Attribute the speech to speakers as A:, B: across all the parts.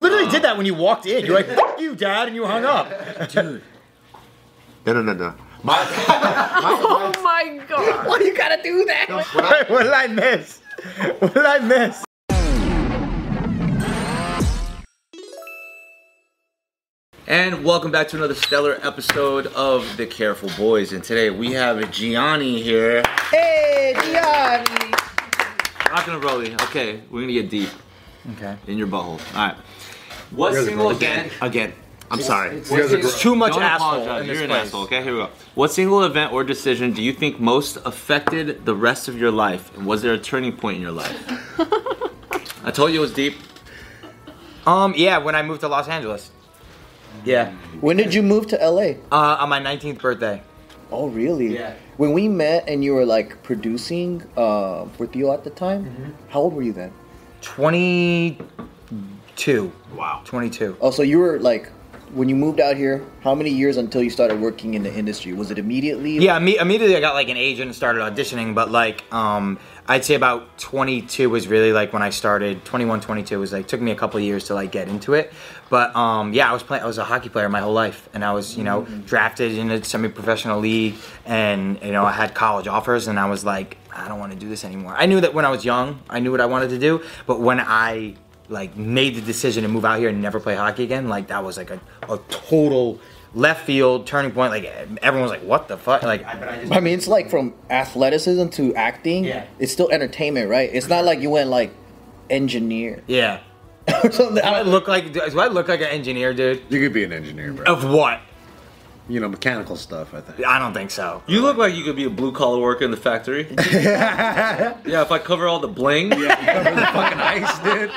A: did that when you walked in. You're like, "Fuck you, Dad," and you hung up.
B: Dude.
C: No, no, no, no. My,
D: Oh my god.
A: Why you gotta do that? what did I miss? What did I miss?
B: And welcome back to another stellar episode of The Careful Boys. And today we have Gianni here.
A: Hey, Gianni.
B: Rock and roll. Okay, we're gonna get deep
A: Okay.
B: in your butthole. All right. What
E: You're the
B: single
E: gross
B: again? Again. I'm sorry.
E: You guys are
B: It's
E: gross.
B: too much
A: Don't
B: asshole.
A: apologize.
B: in
A: You're
B: this
A: an
B: place.
A: asshole.
B: Okay, here we go. What single event or decision do you think most affected the rest of your life? And was there a turning point in your life? I told you it was deep.
F: Um, yeah, when I moved to Los Angeles. Yeah,
E: When did you move to LA?
F: uh, on my 19th birthday.
E: Oh, really?
F: Yeah.
E: When we met and you were like producing uh, with Theo at the time,
G: Mm-hmm.
E: how old were you then?
F: 22.
C: wow.
F: 22.
E: Oh, so you were like, when you moved out here, how many years until you started working in the industry? Was it immediately?
F: Yeah, imme- immediately I got like an agent and started auditioning, but like, um, I'd say about 22 was really like when I started. 21, 22 was like, took me a couple years to like get into it. But um, yeah, I was playing, I was a hockey player my whole life, and I was, you know, drafted in a semi professional league, and, you know, I had college offers, and I was like, I don't want to do this anymore. I knew that when I was young, I knew what I wanted to do, but when I like made the decision to move out here and never play hockey again, like that was like a, a total left field turning point. Like everyone was like, "What the fuck?" Like, I, but I just
E: I mean, it's like from athleticism to acting.
F: Yeah.
E: It's still entertainment, right? It's not like you went like engineer
F: yeah.
E: or something.
F: Do I look like do I look like an engineer, dude?
G: You could be an engineer, bro.
F: Of what?
G: You know, mechanical stuff, I think.
F: I don't think so.
B: You look like you could be a blue collar worker in the factory. yeah, if I cover all the bling.
G: Fucking ice, dude.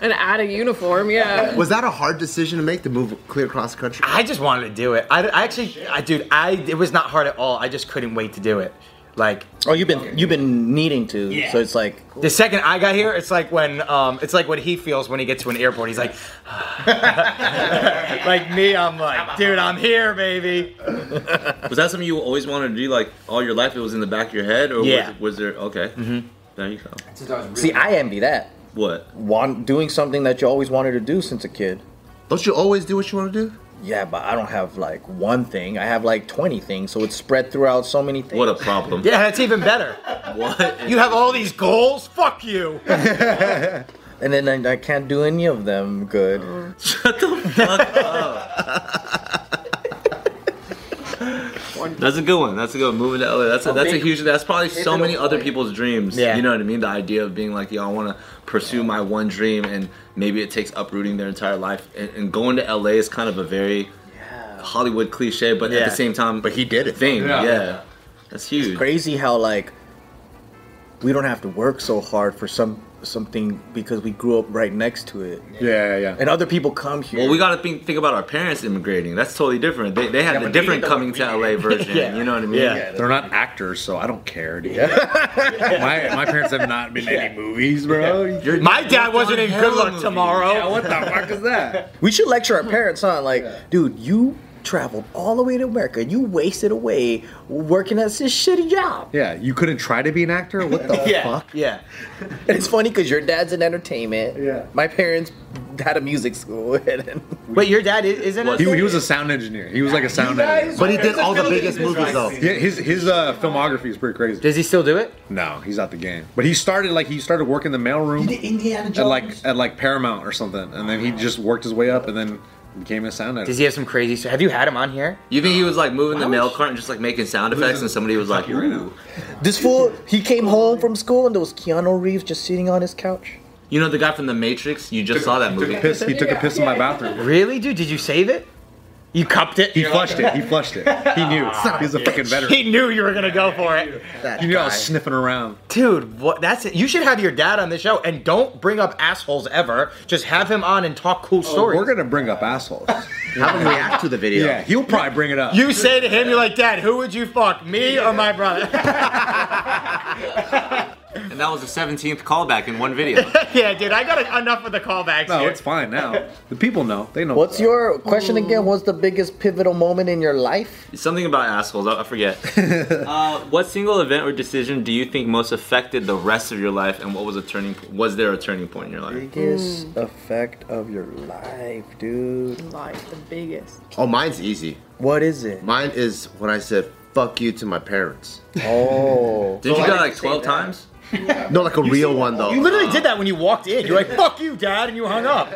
D: And add a uniform, yeah.
C: Was that a hard decision to make to move clear across the country?
F: I just wanted to do it. I, I actually, I dude, I it was not hard at all. I just couldn't wait to do it. Like
E: Oh, you've been you've been needing to.
F: Yeah.
E: So it's like
F: the second I got here, it's like when um, it's like what he feels when he gets to an airport. He's like, like me, I'm like, dude, I'm here, baby.
B: Was that something you always wanted to do, like all your life? It was in the back of your head, or
F: Yeah.
B: was, was there? Okay, mm-hmm. there you go.
E: see, I envy that.
B: What?
E: Want doing something that you always wanted to do since a kid.
C: Don't you always do what you want to do?
E: Yeah, but I don't have like one thing. I have like twenty things, so it's spread throughout so many things.
B: What a problem.
F: Yeah, that's even better.
B: What?
F: You have all these goals? Fuck you.
E: and then I, I can't do any of them good.
B: Oh. Shut the fuck up. That's a good one. That's a good one. Moving to LA. That's a, that's a huge. That's probably so many other people's dreams.
F: Yeah.
B: You know what I mean? The idea of being like, yo, I want to pursue my one dream, and maybe it takes uprooting their entire life. And, and going to LA is kind of a very Hollywood cliche, but at
F: Yeah.
B: the same time,
C: But he did it.
B: thing. Yeah.
G: Yeah.
B: That's huge.
E: Crazy how like we don't have to work so hard for some something because we grew up right next to it,
G: Yeah, yeah, yeah.
E: and other people come here.
B: Well, we got to think, think about our parents immigrating. That's totally different. They, they had the different coming to LA version.
F: Yeah.
B: You know what I mean?
F: Yeah.
G: They're not actors, so I don't care, dude. my, my parents have not been in any movies, bro.
F: My dad wasn't in Good Luck
G: Yeah,
F: Tomorrow.
G: what the fuck is that?
E: We should lecture our parents on like, dude, you traveled all the way to America, you wasted away working at this shitty job.
G: Yeah, you couldn't try to be an actor? What the
F: Yeah,
G: fuck?
F: yeah.
E: And it's funny because your dad's in entertainment.
G: Yeah.
E: My parents had a music school. And
F: But your dad is, isn't it?
G: He, he was a sound engineer. He was like a sound editor.
C: But he did all the biggest movies though.
G: Yeah, his his uh, filmography is pretty crazy.
F: Does he still do it?
G: No, he's out the game. But he started like he started working the mailroom
E: Indiana
G: at like at like Paramount or something, and then he just worked his way up and then became a sound editor.
F: Does he have some crazy stuff? Have you had him on here?
B: You think he was like moving the mail cart and just like making sound effects, and somebody was like, "Ooh."
E: This fool, he came home from school and there was Keanu Reeves just sitting on his couch.
B: You know the guy from The Matrix? You just saw that
G: He took
B: movie.
G: a piss. He took a piss in my bathroom.
F: Really, dude? Did you save it? You cupped it?
G: He flushed it. He flushed it. He knew. He's a fucking veteran.
F: He knew you were gonna go for it,
E: That
G: You knew I
E: guy.
G: was sniffing around.
F: dude. What? That's it. You should have your dad on the show, and don't bring up assholes ever. Just have him on and talk cool Oh, stories.
G: Oh, We're gonna bring up assholes.
C: Have him react to the video.
G: Yeah, he'll probably bring it up.
F: you say to him, you're like, Dad, who would you fuck, me or my brother?
B: And that was the 17th callback in one video.
H: yeah, dude, I got enough of the callbacks
G: No,
H: here.
G: it's fine now. The people know. They know.
E: What's your question again? What's the biggest pivotal moment in your life?
B: Something about assholes. I I forget. uh, what single event or decision do you think most affected the rest of your life, and what was a turning? Was there a turning point in your life?
E: Biggest
D: Mm.
E: effect of your life, dude.
D: Like the biggest.
C: Oh, mine's easy.
E: What is it?
C: Mine is when I said "fuck you" to my parents.
E: Oh.
B: Did you do
C: I
B: that
C: didn't
B: like 12 times?
C: No, like a real one though.
H: You literally did that when you walked in. You're like, fuck you, dad, and you hung up.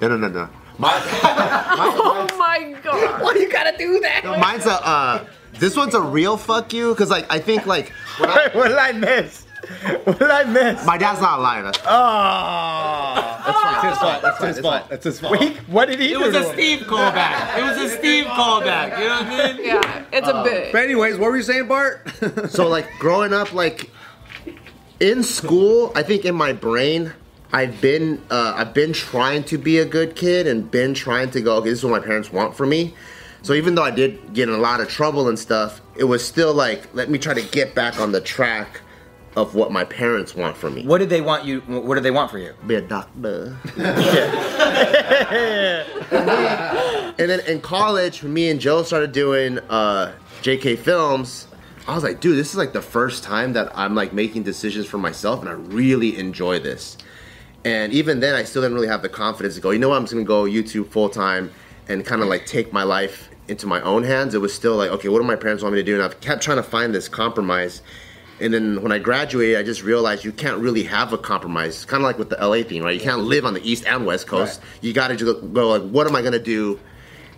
C: No, no, no, no.
D: Oh my god. Why you gotta do that?
C: Mine's a. Uh, this one's a real "fuck you" because like I think like
A: What did I miss? What did I miss?
C: my dad's not lying. That's
F: Oh.
G: That's his fault. That's his fault.
A: What did he do? to him?
B: Steve callback. It was a Steve callback. You know what I mean?
D: Yeah, it's a bit.
G: But anyways, what were you saying, Bart?
C: So like growing up, like in school, I think in my brain, I've been uh, I've been trying to be a good kid and been trying to go. Okay, this is what my parents want for me. So even though I did get in a lot of trouble and stuff, it was still like let me try to get back on the track of what my parents want for me.
F: What did they want you? What did they want for you?
C: Be a doctor. and then in college, when me and Joe started doing uh, JK Films, I was like, dude, this is like the first time that I'm like making decisions for myself, and I really enjoy this. And even then, I still didn't really have the confidence to go. You know what? I'm just gonna go YouTube full time and kind of like take my life into my own hands. It was still like, okay, what do my parents want me to do? And I've kept trying to find this compromise. And then when I graduated, I just realized you can't really have a compromise. It's kind of like with the LA thing, right? You can't live on the East and West Coast. You got to just go like, what am I gonna do?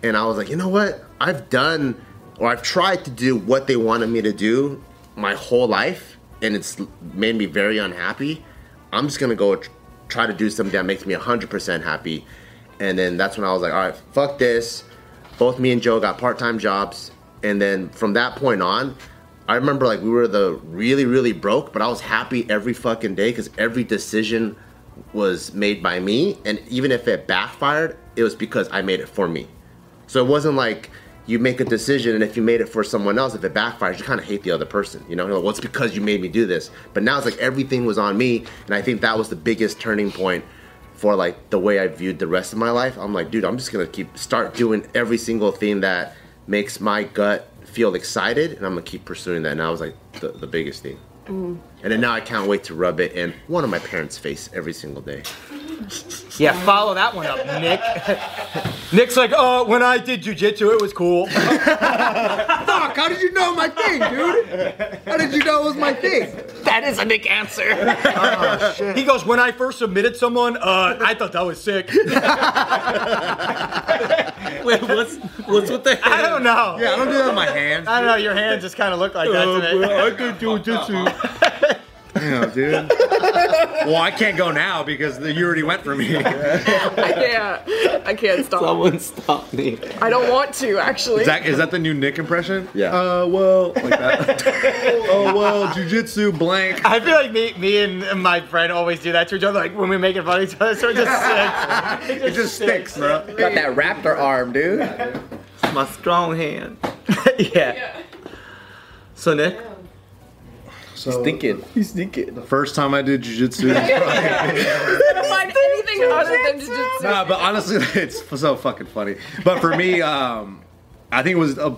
C: And I was like, you know what? I've done or I've tried to do what they wanted me to do my whole life, and it's made me very unhappy. I'm just gonna go tr- try to do something that makes me 100% happy. And then that's when I was like, all right, fuck this. Both me and Joe got part time jobs. And then from that point on, I remember like we were the really, really broke, but I was happy every fucking day because every decision was made by me. And even if it backfired, it was because I made it for me. So it wasn't like you make a decision and if you made it for someone else, if it backfires, you kind of hate the other person. You know, You're like, well, it's because you made me do this. But now it's like everything was on me, and I think that was the biggest turning point for like the way I viewed the rest of my life. I'm like, dude, I'm just gonna keep start doing every single thing that makes my gut feel excited, and I'm gonna keep pursuing that. And that was like the, the biggest thing. And then now I can't wait to rub it in one of my parents' face every single day.
F: Yeah, follow that one up, Nick. Nick's like, oh, when I did jujitsu, it was cool.
C: Fuck! How did you know my thing, dude? How did you know it was my thing?
D: That is a Nick answer.
F: Oh, He goes, when I first submitted someone, uh, I thought that was sick.
B: Wait, what's what's with the?
H: I don't know.
G: I don't do that with my hands.
H: I don't know. Your hands just kind of look like that
D: Oh,
H: today.
G: I could do jujitsu. Damn, dude. Well, I can't go now because the, you already went for me.
D: I can't. I can't stop.
B: Someone stop me.
D: I don't want to actually.
G: Is that, is that the new Nick impression?
C: Yeah.
G: Uh, well, like that. oh, well, jujitsu blank.
H: I feel like me, me and my friend always do that to each other. Like when we make it fun of each other, so it just sticks.
G: It just sticks, bro.
E: Got that raptor arm, dude.
B: My strong hand.
H: yeah.
B: So Nick,
G: He's thinking.
E: He's thinking.
G: The first time I did jujitsu.
D: I don't mind anything other than just.
G: nah, but honestly, it's so fucking funny. But for me, um, I think it was a,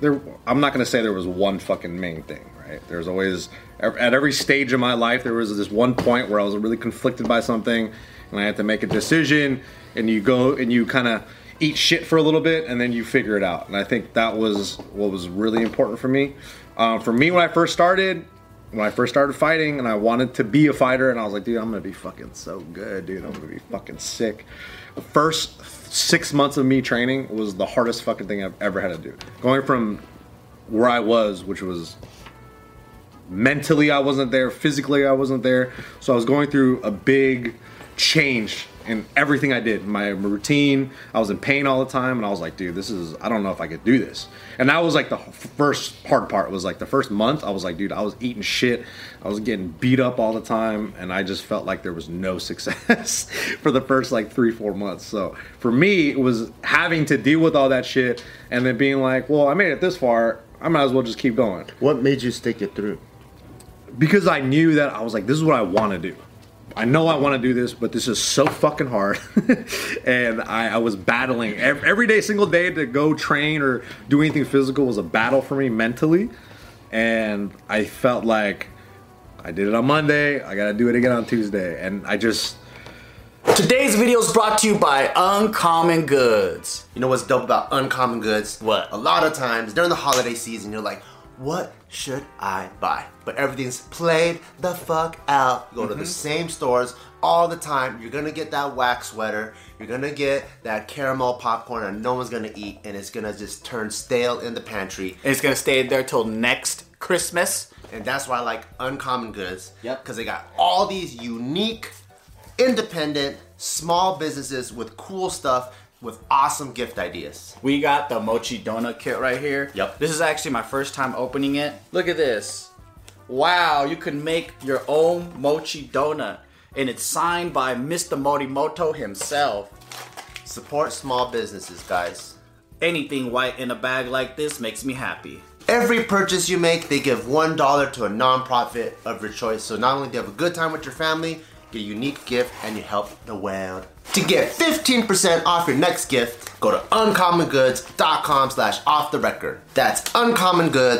G: there. I'm not gonna say there was one fucking main thing, right? There's always at every stage of my life there was this one point where I was really conflicted by something, and I had to make a decision. And you go and you kind of eat shit for a little bit, and then you figure it out. And I think that was what was really important for me. Um, for me, when I first started, when I first started fighting and I wanted to be a fighter, and I was like, dude, I'm gonna be fucking so good, dude. I'm gonna be fucking sick. The first six months of me training was the hardest fucking thing I've ever had to do. Going from where I was, which was mentally I wasn't there, physically I wasn't there. So I was going through a big change in everything I did. My routine, I was in pain all the time, and I was like, dude, this is I don't know if I could do this. And that was like the f- first hard part was like the first month I was like, dude, I was eating shit. I was getting beat up all the time, and I just felt like there was no success for the first like 3-4 months. So, for me, it was having to deal with all that shit and then being like, well, I made it this far, I might as well just keep going.
C: What made you stick it through?
G: because I knew that I was like, this is what I want to do. I know I want to do this, but this is so fucking hard. and I, I was battling every, every day, single day to go train or do anything physical was a battle for me mentally. And I felt like I did it on Monday. I got to do it again on Tuesday. And I just,
I: Today's video is brought to you by Uncommon Goods.
C: You know what's dope about uncommon goods?
I: What?
C: A lot of times during the holiday season, you're like, what should I buy? But everything's played the fuck out. You go
I: Mm-hmm.
C: to the same stores all the time. You're gonna get that wax sweater. You're gonna get that caramel popcorn that no one's gonna eat, and it's gonna just turn stale in the pantry.
I: And it's gonna stay there till next Christmas.
C: And that's why I like uncommon goods.
I: Yep.
C: Because they got all these unique, independent, small businesses with cool stuff with awesome gift ideas.
I: We got the mochi donut kit right here.
C: Yep.
I: This is actually my first time opening it. Look at this. Wow, you can make your own mochi donut. And it's signed by Mr. Morimoto himself.
C: Support small businesses, guys.
I: Anything white in a bag like this makes me happy.
C: Every purchase you make, they give one dollar to a nonprofit of your choice. So not only do you have a good time with your family, get a unique gift, and you help the world. To get 15% off your next gift, go to uncommongoods.com slash off the record. That's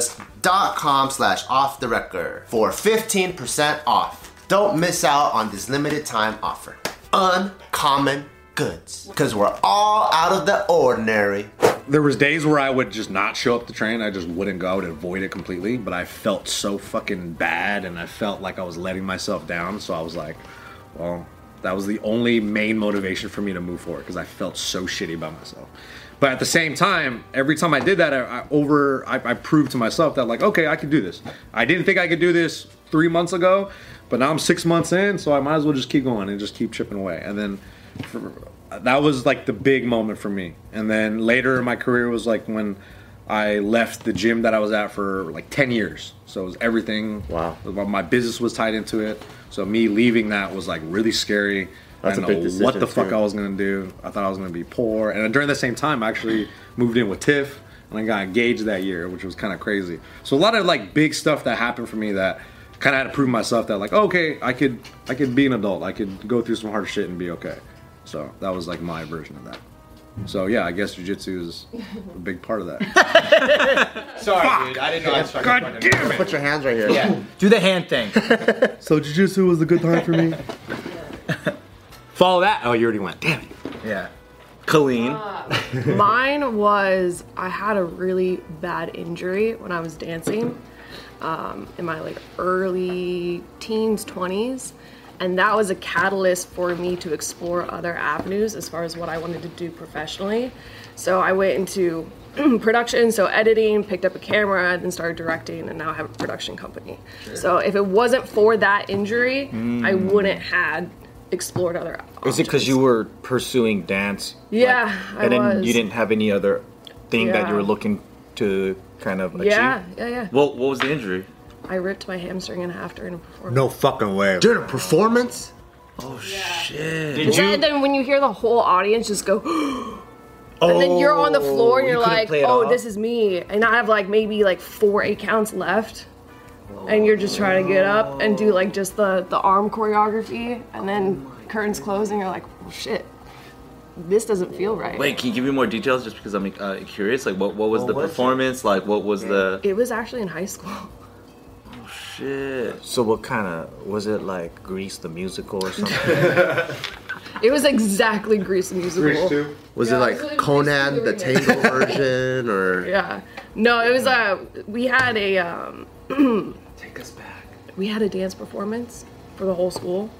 C: uncommongoods.com slash off the record for 15% off. Don't miss out on this limited time offer. Uncommon goods. Because we're all out of the ordinary.
G: there was days where I would just not show up to train. I just wouldn't go. I would avoid it completely. But I felt so fucking bad, and I felt like I was letting myself down. So I was like, well, that was the only main motivation for me to move forward because I felt so shitty about myself. But at the same time, every time I did that, I, I over I, I proved to myself that like, okay, I can do this. I didn't think I could do this three months ago, but now I'm six months in, so I might as well just keep going and just keep chipping away. And then for, that was like the big moment for me. And then later in my career was like when I left the gym that I was at for like 10 years. So it was everything.
C: Wow.
G: My business was tied into it. So me leaving that was like really scary.
C: That's
G: I
C: a
G: didn't
C: big
G: know
C: decision,
G: what the fuck
C: too.
G: I was gonna do. I thought I was gonna be poor. And during the same time, I actually moved in with Tiff and I got engaged that year, which was kind of crazy. So a lot of like big stuff that happened for me that kind of had to prove myself that like okay, I could I could be an adult. I could go through some hard shit and be okay. So that was like my version of that. So yeah, I guess jujitsu is a big part of that.
H: Sorry, dude. I didn't know I was fucking
G: God damn it!
C: Put your hands right here.
H: Yeah. Do the hand thing.
G: So jujitsu was a good time for me.
F: Follow that. Oh, you already went. Damn it.
H: Yeah.
B: Colleen.
D: Mine was I had a really bad injury when I was dancing um, in my like early teens, 20s. And that was a catalyst for me to explore other avenues as far as what I wanted to do professionally. So I went into production, so editing, picked up a camera, and then started directing, and now I have a production company. So if it wasn't for that injury, I wouldn't had explored other.
F: Was Mm. it because you were pursuing dance?
D: Yeah,
F: like,
D: I
F: and then
D: was.
F: you didn't have any other thing that you
D: Yeah.
F: were looking to kind of achieve?
D: Yeah, yeah, yeah.
B: Well, what was the injury?
D: I ripped my hamstring in half during a performance.
F: No fucking way.
C: During a performance?
D: And then, then when you hear the whole audience just go, and then you're on the
C: Oh,
D: floor and
F: you
D: you're
F: couldn't
D: like,
F: play it
D: oh,
F: off."
D: this is me. And I have like maybe like four eight counts left. And you're just trying to get up and do like just the, the arm choreography. And then curtains close and you're like, oh shit, this doesn't feel right.
B: Wait, can you give me more details? Just because I'm uh, curious. Like, what what was the
F: was it?
B: performance? Like, what was the
D: It was actually in high school.
B: shit?
F: So what kind of was it like Grease the musical or something?
D: It was exactly Grease musical.
C: Was
D: Yeah,
C: it
D: it's
C: like
D: really
C: Conan the
D: basically doing it.
C: Tango version or
D: Yeah. No, it was uh we had a um Take us back. We had a dance performance for the whole school.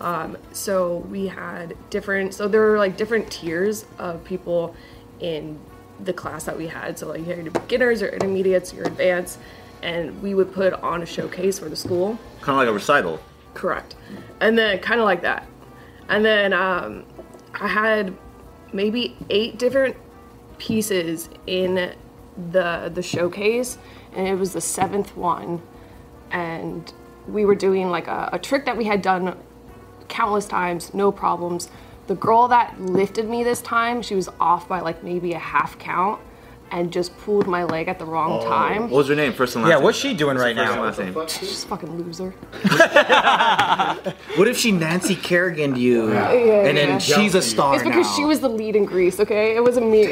D: Um so we had different so there were like different tiers of people in the class that we had. So like you had your beginners, your intermediates, your advanced, and we would put on a showcase for the school.
B: Kind of like a recital.
D: Correct. And then kind of like that. And then um, I had maybe eight different pieces in the the showcase, and it was the seventh one, and we were doing like a, a trick that we had done countless times, no problems. The girl that lifted me this time, she was off by like maybe a half count. and just pulled my leg at the wrong time.
B: What was her name? First and last.
F: Yeah,
B: name?
F: what's she doing right
B: First and
F: now?
B: last name.
D: Just fucking loser.
F: What if she Nancy Kerrigan you? And then
D: yeah.
F: she's a star
D: It's because
F: now.
D: she was the lead in Greece, okay? It wasn't me.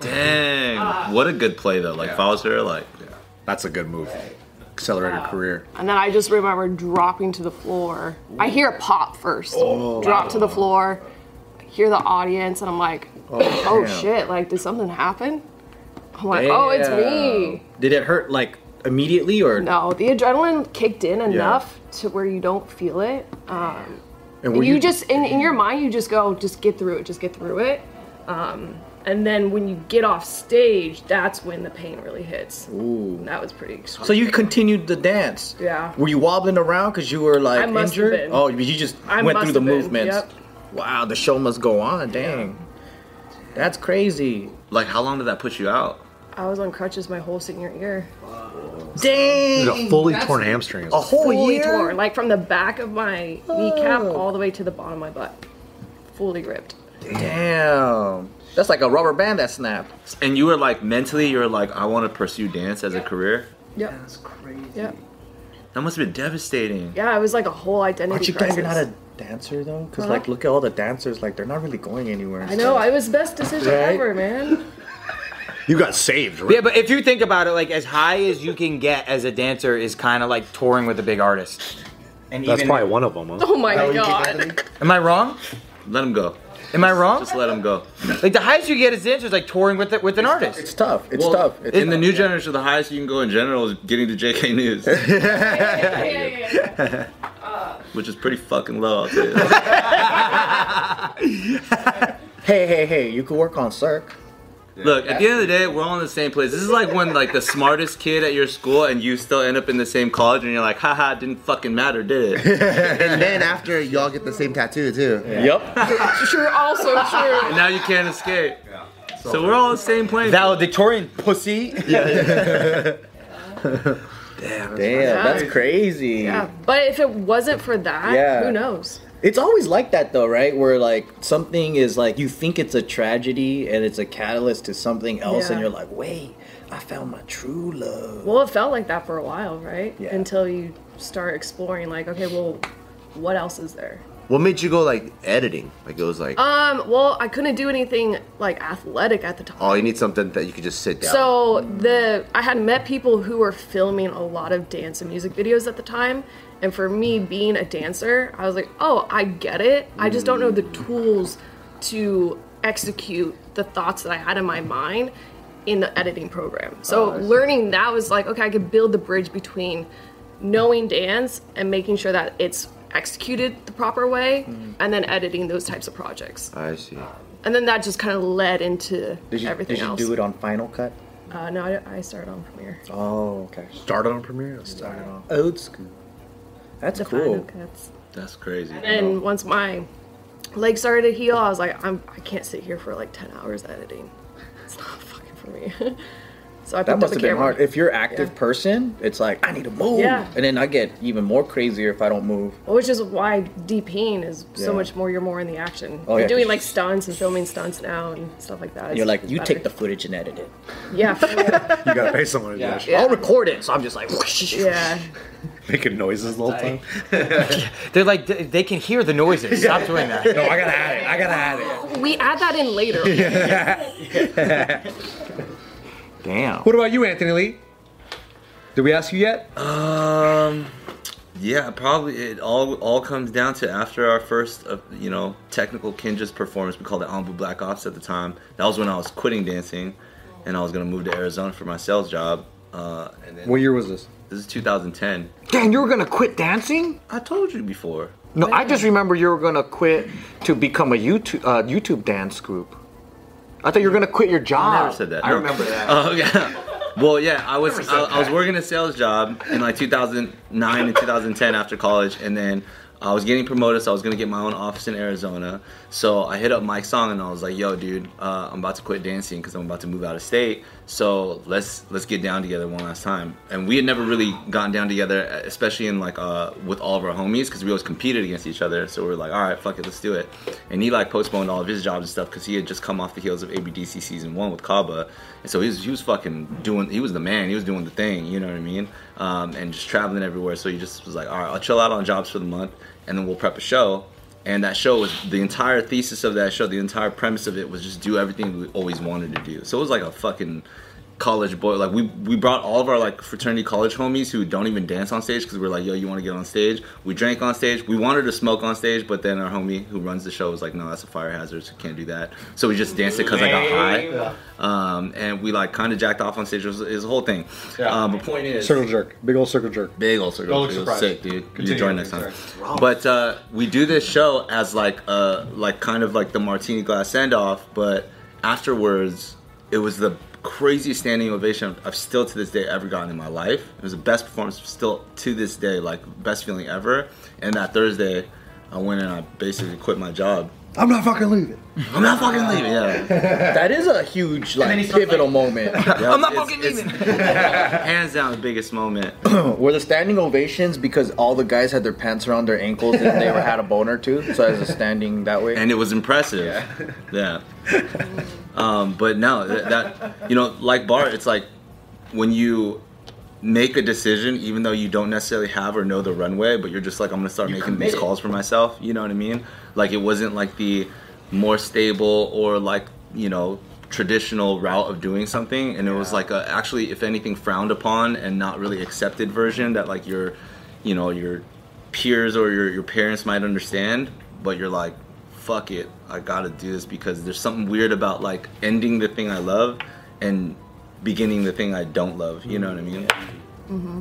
B: Dang, what a good play though. Like if I was her, like
G: That's a good move. Accelerate your career.
D: And then I just remember dropping to the floor. I hear a pop first,
F: Oh,
D: drop to the floor, hear the audience, and I'm like, oh, shit, like, did something happen? I'm like, oh, it's me.
F: Did it hurt like immediately or?
D: No, the adrenaline kicked in enough to where you don't feel it. Um,
E: And were
D: you,
E: you-
D: just, in, in your mind, you just go, just get through it, just get through it. Um, and then when you get off stage, that's when the pain really hits. Ooh. That was pretty extreme.
F: So you continued the dance.
D: Yeah.
F: Were you wobbling around because you were like
D: I must have
F: injured?
D: been.
F: Oh, you just
D: I
F: went through
D: must
F: the
D: have been,
F: movements.
D: yep.
F: Wow, the show must go on. Dang, that's crazy.
B: like how long did that put you out?
D: I was on crutches my whole senior year.
F: Dang,
G: A fully torn hamstrings.
F: a whole
D: fully
F: year.
D: torn, like from the back of my kneecap all the way to the bottom of my butt, fully ripped.
F: Damn, that's like a rubber band that snapped.
B: And you were like mentally, you were like, I want to pursue dance as a career.
D: Yep. That's crazy. Yep.
B: That must have been devastating.
D: Yeah, it was like a whole identity
F: Aren't you glad
D: crisis.
F: you're not a dancer though? Because
D: Huh?
F: like, look at all the dancers. Like, they're not really going anywhere.
D: I know. I was best decision
F: Right?
D: ever, man.
G: You got saved, right?
F: Yeah, but if you think about it, like as high as you can get as a dancer is kind of like touring with a big artist. And
G: That's
F: even,
G: probably one of them, huh?
D: Oh my god.
F: am I wrong?
B: Let him go.
F: Am I wrong?
B: Just let him go.
F: like the highest you get as a dancer is like touring with it with an artist.
E: It's tough. It's
B: Well,
E: tough. It's
B: in the new generation, the highest you can go in general is getting to JK News,
D: yeah, yeah, yeah, yeah.
B: which is pretty fucking low. I'll tell you that.
E: hey, hey, hey, you could work on Cirque.
B: Look, at the end of the day, we're all in the same place. This is like when like the smartest kid at your school and you still end up in the same college, and you're like, haha, it didn't fucking matter, did it?
C: And then after, y'all get the same tattoo too.
F: Yep.
D: Sure, also true.
B: And now you can't escape. So we're all on the same plane.
F: Valedictorian pussy.
E: Damn, that's crazy.
D: Yeah. But if it wasn't for that,
E: Yeah.
D: who knows?
E: It's always like that though, right? Where like something is like you think it's a tragedy and it's a catalyst to something else, and
D: Yeah.
E: you're like, wait, I found my true love.
D: Well, it felt like that for a while, right?
E: Yeah.
D: Until you start exploring, like, okay, well, what else is there?
C: What made you go like editing? Like it was like,
D: Um, well, I couldn't do anything like athletic at the time.
C: oh, you need something that you could just sit down.
D: So the I had met people who were filming a lot of dance and music videos at the time, and for me being a dancer, I was like, "Oh, I get it. I just don't know the tools to execute the thoughts that I had in my mind in the editing program."
E: Oh,
D: So learning that was like, "Okay, I could build the bridge between knowing dance and making sure that it's executed the proper way
E: Mm-hmm.
D: and then editing those types of projects."
C: I see.
D: And then that just kind of led into
E: Did you,
D: everything
E: did you
D: else.
E: do it on Final Cut?
D: Uh, no, I, I started on Premiere.
E: Oh, okay.
G: Started on Premiere.
E: Old school. That's
D: The
E: cool.
D: Final Cuts.
B: That's crazy.
D: And once my leg started to heal, I was like, I'm I can't sit here for like ten hours editing. It's not fucking for me. so I picked
E: That
D: up
E: must
D: the
E: have been
D: camera.
E: hard. If you're an active
D: Yeah.
E: person, it's like I need to move,
D: Yeah.
E: and then I get even more crazier if I don't move.
D: Which is why DPing is
E: Yeah.
D: so much more. You're more in the action.
E: Oh,
D: you're
E: yeah, 'cause
D: doing
E: you-
D: like stunts and filming stunts now and stuff like that. It's
E: You're like, you
D: better.
E: take the footage and edit it.
D: yeah, for real.
G: You gotta pay someone to do that.
D: Yeah.
E: I'll record it, so I'm just like,
D: yeah.
G: Making noises the whole time.
F: They're like they they can hear the noises. Stop doing that.
G: No, I gotta add it. I gotta add it.
D: We add that in later.
F: Damn.
G: What about you, Anthony Lee? Did we ask you yet?
B: Um, yeah, probably it all all comes down to after our first, uh, you know, technical Kinja's performance. We called it Ambu Black Ops at the time. That was when I was quitting dancing, and I was gonna move to Arizona for my sales job. Uh, and then
G: What year was this?
B: this is 2010.
F: Damn, you were gonna quit dancing?
B: I told you before.
F: No, I just remember you were gonna quit to become a YouTube uh, YouTube dance group. I thought you were gonna quit your job.
B: I never said that.
F: I
B: No.
F: remember that.
B: Oh yeah. Well, yeah, I was I, I was working a sales job in like 2009 and 2010 after college, and then I was getting promoted, so I was gonna get my own office in Arizona. So I hit up Mike Song and I was like, "Yo, dude, uh, I'm about to quit dancing because I'm about to move out of state. So let's let's get down together one last time." And we had never really gotten down together, especially in like uh, with all of our homies, because we always competed against each other. So we were like, "All right, fuck it, let's do it." And he like postponed all of his jobs and stuff because he had just come off the heels of ABDC season one with Kaba, and so he was he was fucking doing. He was the man. He was doing the thing. You know what I mean? Um, and just traveling everywhere. So he just was like, "All right, I'll chill out on jobs for the month, and then we'll prep a show." And that show was the entire thesis of that show. The entire premise of it was just do everything we always wanted to do. So it was like a fucking college boy. Like we we brought all of our like fraternity college homies who don't even dance on stage because we are like, yo, you want to get on stage? We drank on stage. We wanted to smoke on stage, but then our homie who runs the show was like, no, that's a fire hazard, so we can't do that. So we just danced it because I got high, um, and we like kind of jacked off on stage. It was, it was a whole thing. Um, but point is,
G: Circle jerk. Big old circle jerk.
B: Big old circle.
H: Don't look
B: It was
H: surprised.
B: sick, dude.
H: Continue.
B: You join next time.
H: Sorry.
B: But uh, we do this show as like uh like kind of like the martini glass send off, but afterwards it was the craziest standing ovation I've still to this day ever gotten in my life. It was the best performance still to this day, like best feeling ever. And that Thursday, I went and I basically quit my job.
G: I'm not fucking leaving.
B: I'm not fucking leaving. Yeah,
E: That is a huge,
H: then
E: like,
H: he starts,
E: pivotal moment.
B: I'm not fucking leaving. hands down, the biggest moment.
E: Were the standing ovations because all the guys had their pants around their ankles and they were had a boner too? So as a standing that way.
B: and it was impressive. Yeah. um, but no, that, that you know, like Bart, it's like when you make a decision, even though you don't necessarily have or know the runway, but you're just like, I'm gonna start making these calls for myself. You know what I mean? Like it wasn't like the more stable or like you know traditional route of doing something, and it was like a, actually, if anything, frowned upon and not really accepted version that like your, you know, your peers or your your parents might understand, but you're like, fuck it, I gotta do this because there's something weird about like ending the thing I love and beginning the thing I don't love. You know what I mean?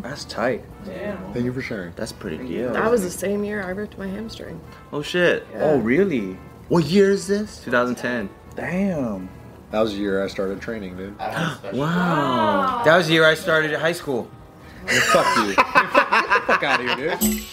E: That's tight.
G: Thank you for sharing.
E: That's pretty deal.
D: That was the same year I ripped my hamstring.
B: Oh shit.
E: Oh really?
C: What year is this?
B: 2010.
E: Damn.
G: That was the year I started training, dude.
B: Wow.
F: That was the year I started high school.
G: Fuck you. Get the fuck out of here, dude.